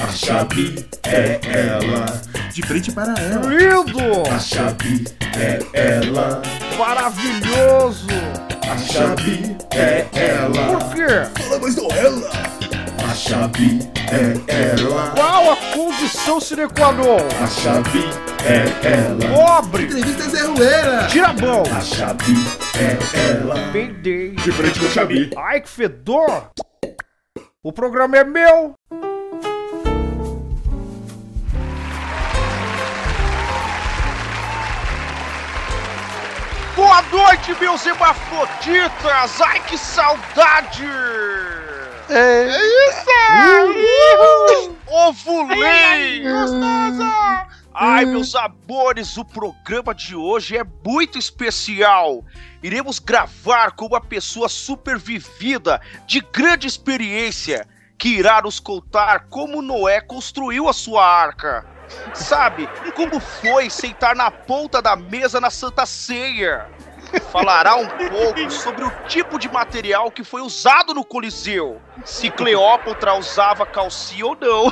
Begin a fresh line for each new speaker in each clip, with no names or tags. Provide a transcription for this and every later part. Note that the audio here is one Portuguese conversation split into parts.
A chave é ela.
De frente para ela.
Lindo!
A chave é ela.
Maravilhoso!
A chave é
Por
ela.
quê?
Fala mais do ela.
A chave é ela.
Qual a condição sine qua non?
A chave é ela.
Pobre!
Entrevista Zé Rueira.
Tira a mão!
A chave é ela.
Payday!
De frente com a chave.
Ai, que fedor! O programa é meu! Boa noite, meus hermafroditas! Ai, que saudade! É isso! Ovulei! Gostosa! Ai, meus amores, o programa de hoje é muito especial. Iremos gravar com uma pessoa supervivida, de grande experiência, que irá nos contar como Noé construiu a sua arca. Sabe, como foi sentar na ponta da mesa na Santa Ceia. Falará um pouco sobre o tipo de material que foi usado no Coliseu. Se Cleópatra usava calcinha ou não.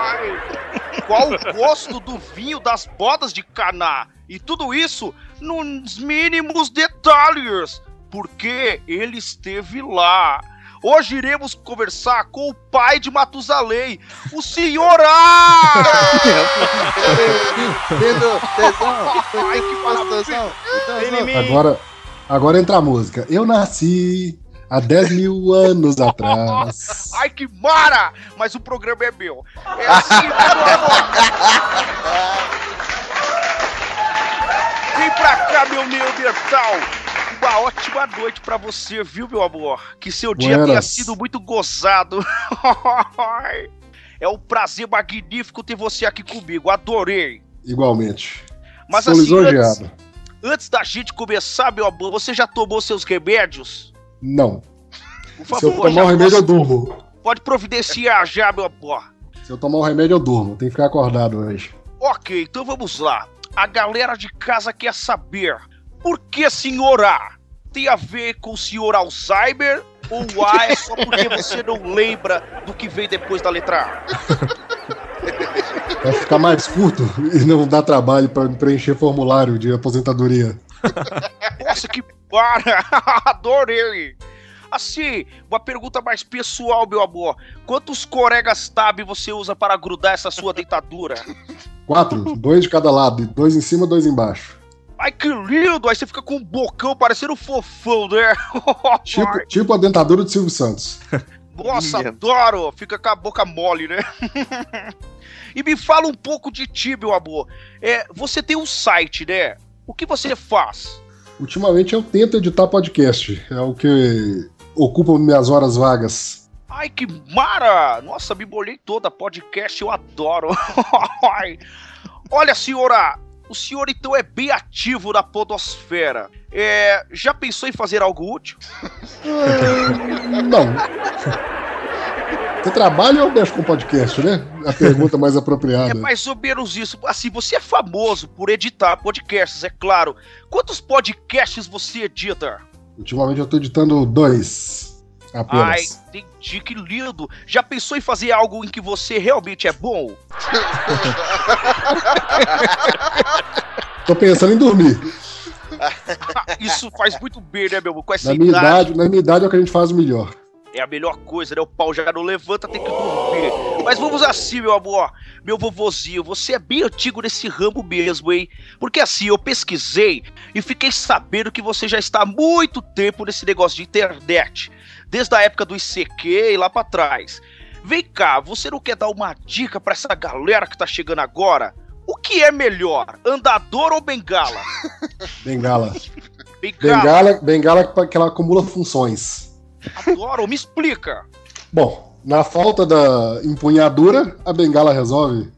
Qual o gosto do vinho das bodas de Caná. E tudo isso nos mínimos detalhes, porque ele esteve lá. Hoje iremos conversar com o pai de Matusalém, o senhor A!
Pedro, tesão,
Ai, que
tesão,
Ele me-
Agora, agora entra a música. Eu nasci há 10 mil anos atrás.
Ai, que mara! Mas o programa é meu. É assim, mano. Vem pra cá, meu Neandertal. Uma ótima noite pra você, viu, meu amor? Que seu dia tenha
Buenas.
sido muito gozado. É um prazer magnífico ter você aqui comigo. Adorei.
Igualmente.
Mas
Estou
assim, antes,
lisonjeado.
antes da gente começar, meu amor, você já tomou seus remédios?
Não.
Por
Se eu
já
tomar o remédio, eu durmo.
pode providenciar já, meu amor.
Se eu tomar o remédio, eu durmo. Tem que ficar acordado hoje.
Ok, então vamos lá. A galera de casa quer saber por que senhor A tem a ver com o senhor Alzheimer ou o A é só porque você não lembra do que vem depois da letra
Vai ficar mais curto e não dá trabalho para preencher formulário de aposentadoria.
A? Nossa, que para! Adorei! Assim, uma pergunta mais pessoal, meu amor. Quantos coregas tab você usa para grudar essa sua dentadura?
Quatro, dois de cada lado, dois em cima, dois embaixo.
Ai, que lindo! Aí você fica com um bocão parecendo um fofão, né?
Tipo, tipo a dentadura do Silvio Santos.
Nossa,
Minha.
adoro! Fica com a boca mole, né? e me fala um pouco de ti, meu amor. É, você tem um site, né? O que você faz?
Ultimamente eu tento editar podcast. É o que ocupa minhas horas vagas.
Ai, que mara! Nossa, me molhei toda. Podcast eu adoro. Ai. Olha, senhora, o senhor então é bem ativo na podosfera. É, já pensou em fazer algo útil?
Não. Você trabalha ou mexe com podcast, né? A pergunta mais
É
apropriada.
mais ou menos isso. Assim, você é famoso por editar podcasts, é claro. Quantos podcasts você edita?
Ultimamente eu tô editando dois.
Ai,
Apenas.
entendi, que lindo. Já pensou em fazer algo em que você realmente é bom?
Tô pensando em dormir.
Isso faz muito bem, né, meu amor? Com essa
Na
idade,
minha idade, na minha idade é o que a gente faz o melhor.
é a melhor coisa, né? O pau já não levanta, tem que dormir. Mas vamos assim, meu amor. Meu vovozinho, você é bem antigo nesse ramo mesmo, hein? Porque assim, eu pesquisei e fiquei sabendo que você já está há muito tempo nesse negócio de internet. Desde a época do ICQ e lá pra trás. Vem cá, você não quer dar uma dica pra essa galera que tá chegando agora? O que é melhor, andador ou bengala?
Bengala.
Bengala,
Bengala, bengala que pa- que ela acumula funções.
adoro, me explica.
Bom, na falta da empunhadura, a bengala resolve.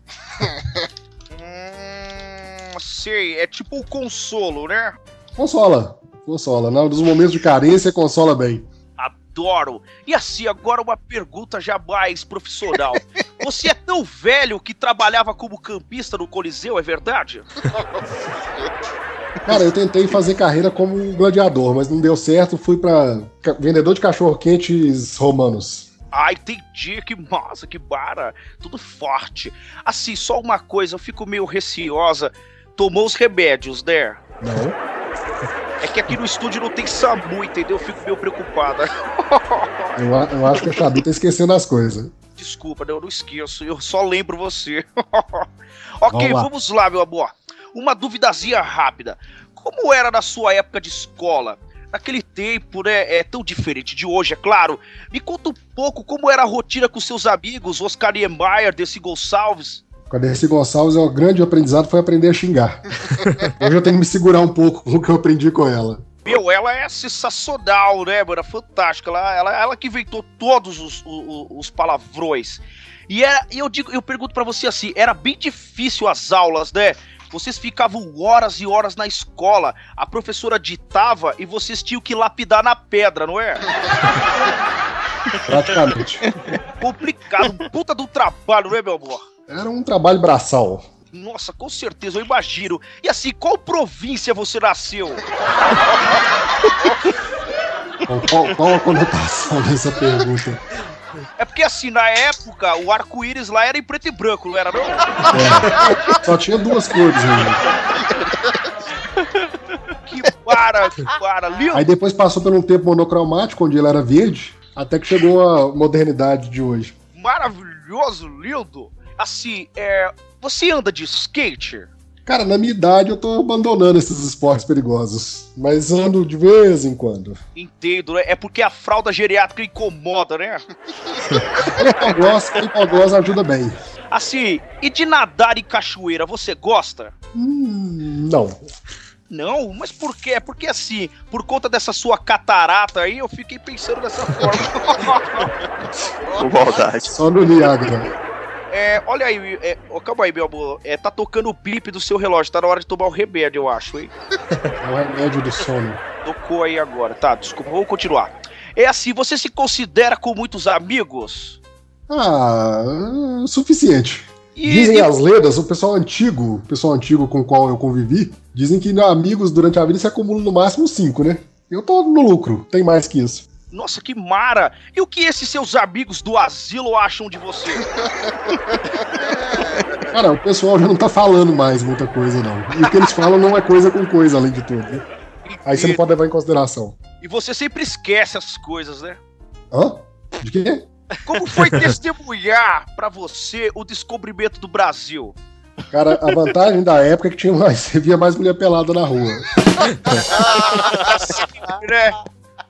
Hum, sei, é tipo o consolo, né?
Consola. Consola. Na- Nos momentos de carência, consola bem.
Adoro! E assim, agora uma pergunta já mais profissional. Você é tão velho que trabalhava como campista no Coliseu, é verdade?
Cara, eu tentei fazer carreira como um gladiador, mas não deu certo. Fui pra ca- vendedor de cachorro-quentes romanos.
Ai, Ah, entendi, que massa, que bara, tudo forte. Assim, só uma coisa, eu fico meio receosa. Tomou os remédios, né?
Não.
É que aqui no estúdio não tem SAMU, entendeu? Eu fico meio preocupada.
Eu, a- eu acho que a Xabi tá esquecendo as coisas.
Desculpa, né? eu não esqueço, eu só lembro você. ok,
Vamos lá.
vamos lá, meu amor. Uma duvidazinha rápida. Como era na sua época de escola? Naquele tempo, né? É tão diferente de hoje, é claro. Me conta um pouco como era a rotina com seus amigos, Oscar Niemeyer, Desi Gonçalves.
Com a Dercy Gonçalves, é o grande aprendizado foi aprender a xingar. Hoje eu tenho que me segurar um pouco com o que eu aprendi com ela.
Meu, ela é sensacional, né, mano? Fantástica. Ela, ela, ela que inventou todos os, o- o- os palavrões. E era, e eu digo, eu pergunto pra você assim, era bem difícil as aulas, né? Vocês ficavam horas e horas na escola, a professora ditava e vocês tinham que lapidar na pedra, não é?
Praticamente.
Complicado, um puta do trabalho, não é, meu amor?
Era um trabalho braçal.
Nossa, com certeza, eu imagino. E assim, qual província você nasceu?
Qual- Qual, qual a conotação dessa pergunta?
É porque assim, na época, o arco-íris lá era em preto e branco, não era não?
É, só tinha duas cores né? ainda.
Que para, que para. Lindo.
Aí depois passou por um tempo monocromático, onde ela era verde, até que chegou a modernidade de hoje.
maravilhoso, lindo. Assim, é, você anda de skate?
Cara, na minha idade eu tô abandonando esses esportes perigosos, mas ando de vez em quando.
Entendo, né? É porque a fralda geriátrica incomoda, né?
Hipoglós, hipoglós ajuda bem.
Assim, e de nadar em cachoeira, você gosta?
Hum, não.
Não, mas por quê? Porque assim, por conta dessa sua catarata aí, eu fiquei pensando dessa forma.
Por maldade.
Só no Niagara.
é, olha aí, é, ó, calma aí, meu amor. É, tá tocando o bip do seu relógio, tá na hora de tomar o remédio, eu acho, hein?
É o remédio do sono.
Tocou aí agora, tá? Desculpa, vou continuar. É assim, você se considera com muitos amigos?
Ah, o suficiente.
E,
Dizem
e-
as lendas, o pessoal antigo, o pessoal antigo com o qual eu convivi, dizem que né, amigos durante a vida se acumulam no máximo cinco, né? Eu tô no lucro, tem mais que isso.
Nossa, que mara! E o que esses seus amigos do asilo acham de você?
Cara, o pessoal já não tá falando mais muita coisa, não. E o que eles falam não é coisa com coisa, além de tudo. né? Aí você não pode levar em consideração.
E você sempre esquece essas coisas, né?
Hã? De quê?
Como foi testemunhar pra você o descobrimento do Brasil?
Cara, a vantagem da época é que tinha mais, você via mais mulher pelada na rua.
Né?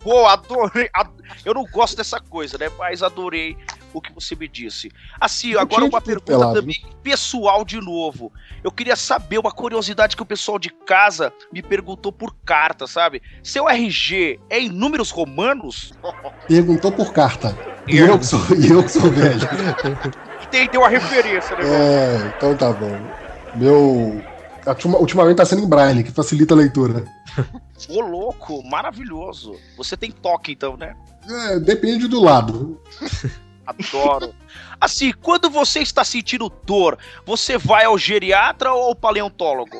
Pô, adorei. ad- Eu não gosto dessa coisa, né? Mas adorei o que você me disse. Assim, agora
tinha
uma
de tudo
pergunta
pelado,
também pessoal de novo. Eu queria saber uma curiosidade que o pessoal de casa me perguntou por carta, sabe? Seu RG é em números romanos?
Perguntou por carta. E eu que sou, e eu que sou velho.
Entendeu a referência, né?
É, então tá bom. Meu. a turma- Ultimamente tá sendo em braille, que facilita a leitura.
Ô, louco, maravilhoso. Você tem toque, então, né?
É, depende do lado.
Adoro. Assim, quando você está sentindo dor, você vai ao geriatra ou ao paleontólogo?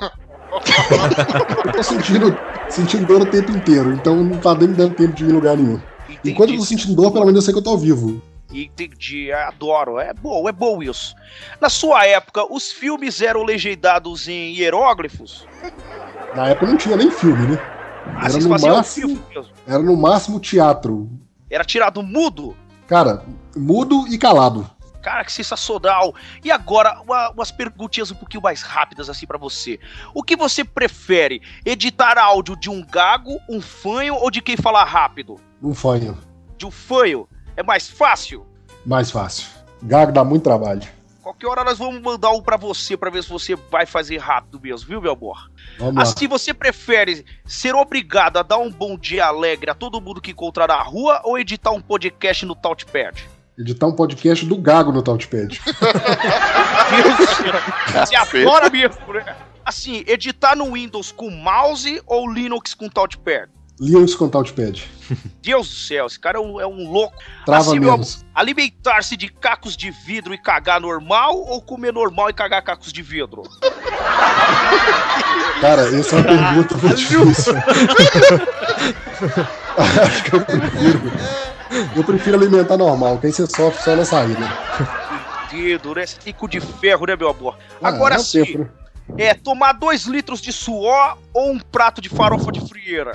Eu tô sentindo, sentindo dor o tempo inteiro, então não tá nem dando tempo de ir em lugar nenhum.
Entendi.
Enquanto eu tô sentindo dor, pelo menos eu sei que eu tô vivo.
Entendi, adoro. É bom, é bom isso. Na sua época, os filmes eram legendados em hieróglifos?
Na época não tinha nem filme, né?
Ah,
Era
vocês
no
faziam
máximo-
filme mesmo.
Era no máximo teatro.
Era tirado mudo?
Cara, mudo e calado.
Cara, que sensacional! E agora, uma- umas perguntinhas um pouquinho mais rápidas assim pra você. O que você prefere? Editar áudio de um gago, um fanho ou de quem fala rápido?
Não fanho.
De um fanho? É mais fácil?
Mais fácil. Gago dá muito trabalho.
Qualquer hora nós vamos mandar um pra você pra ver se você vai fazer rápido mesmo, viu, meu amor?
Vamos lá.
Assim, você prefere ser obrigado a dar um bom dia alegre a todo mundo que encontrar na rua ou editar um podcast no Touchpad?
Editar um podcast do Gago no Touchpad. Ah,
Você Assim, adora mesmo, né? Assim, editar no Windows com mouse ou Linux com touchpad?
Liam Scontout pede.
Deus do céu, esse cara é um, é um louco.
Trava
Assim, meu
menos.
Alimentar-se de cacos de vidro e cagar normal ou comer normal e cagar cacos de vidro?
Cara, essa é uma pergunta
Ah,
muito difícil. Acho que eu prefiro. Eu prefiro alimentar normal, que aí você sofre só né? na saída.
Dedo, né? Você tem cu de ferro, né, meu amor?
Ah,
Agora
é o
sim,
tempo, né?
é tomar dois litros de suor ou um prato de farofa de frieira?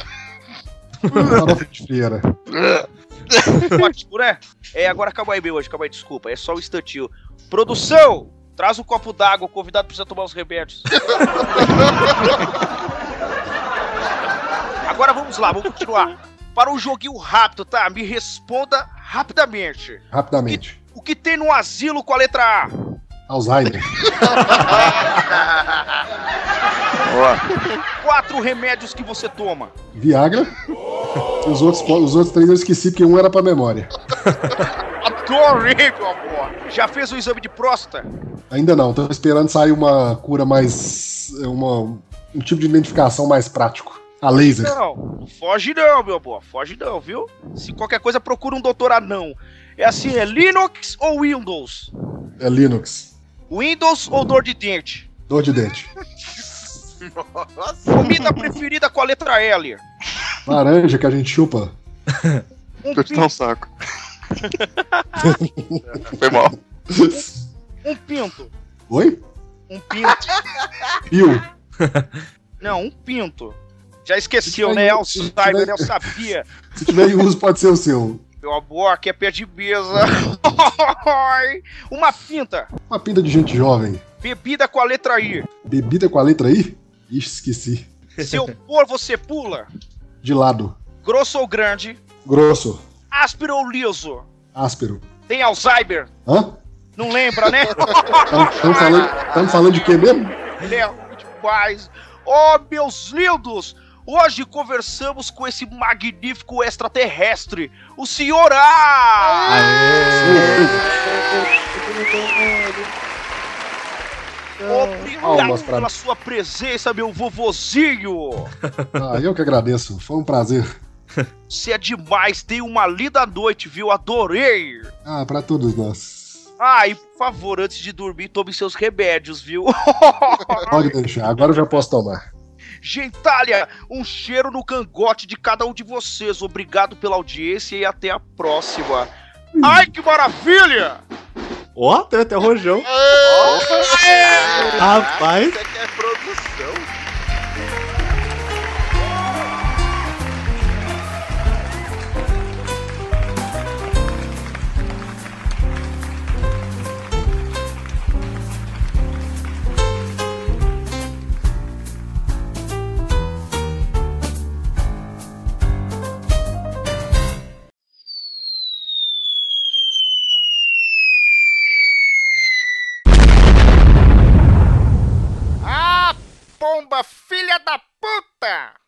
Farofa de frieira.
Ótimo, né? É, agora acabou aí, meu hoje, acabou aí, desculpa. É só um instantinho. Produção, traz um copo d'água, o convidado precisa tomar os remédios. agora vamos lá, vamos continuar. Para um joguinho rápido, tá? Me responda rapidamente.
Rapidamente.
O que tem no asilo com a letra A?
Alzheimer.
Ó,
Quatro remédios que você toma.
Viagra. E os outros, os outros três eu esqueci, porque um era pra memória.
Adorei, meu amor. Já fez o exame de próstata?
Ainda não, tô esperando sair uma cura mais. uma- um tipo de identificação mais prático. A laser.
Não, foge não, meu amor. Foge não, viu? Se qualquer coisa, procura um doutor anão. É assim, é Linux ou Windows?
É Linux.
Windows ou dor de dente?
Dor de dente.
Comida preferida com a letra L?
Laranja que a gente chupa.
Um,
cortar um
pinto,
saco. Foi mal.
um pinto.
Oi?
Um pinto.
Pio.
Não, um pinto. Já esqueceu, né? É Alzheimer, né? Eu sabia.
Se tiver em uso, pode ser o seu.
Meu amor, que é pé de mesa. Uma pinta.
Uma pinta de gente jovem.
Bebida com a letra I.
Bebida com a letra I? Ixi, esqueci.
Se eu pôr, você pula.
De lado.
Grosso ou grande?
Grosso.
Áspero ou liso?
Áspero.
Tem Alzheimer?
Hã?
Não lembra, né?
Estamos falando, tamo falando de quê mesmo?
Léo, demais. Oh, meus lindos! Hoje conversamos com esse magnífico extraterrestre, o senhor A!
Palmas
Obrigado
pra-
pela sua presença, meu vovozinho!
Ah, eu que agradeço. Foi um prazer.
Você é demais, dei uma linda noite, viu? Adorei!
Ah, pra todos nós.
Ah, e por favor, antes de dormir, tome seus remédios, viu?
Pode deixar. Agora eu já posso tomar.
Gentalha, um cheiro no cangote de cada um de vocês. Obrigado pela audiência e até a próxima. Ai, que maravilha!
Ó, tem até rojão. Rapaz.
Isso aqui é produção.
Ah, pomba filha da puta!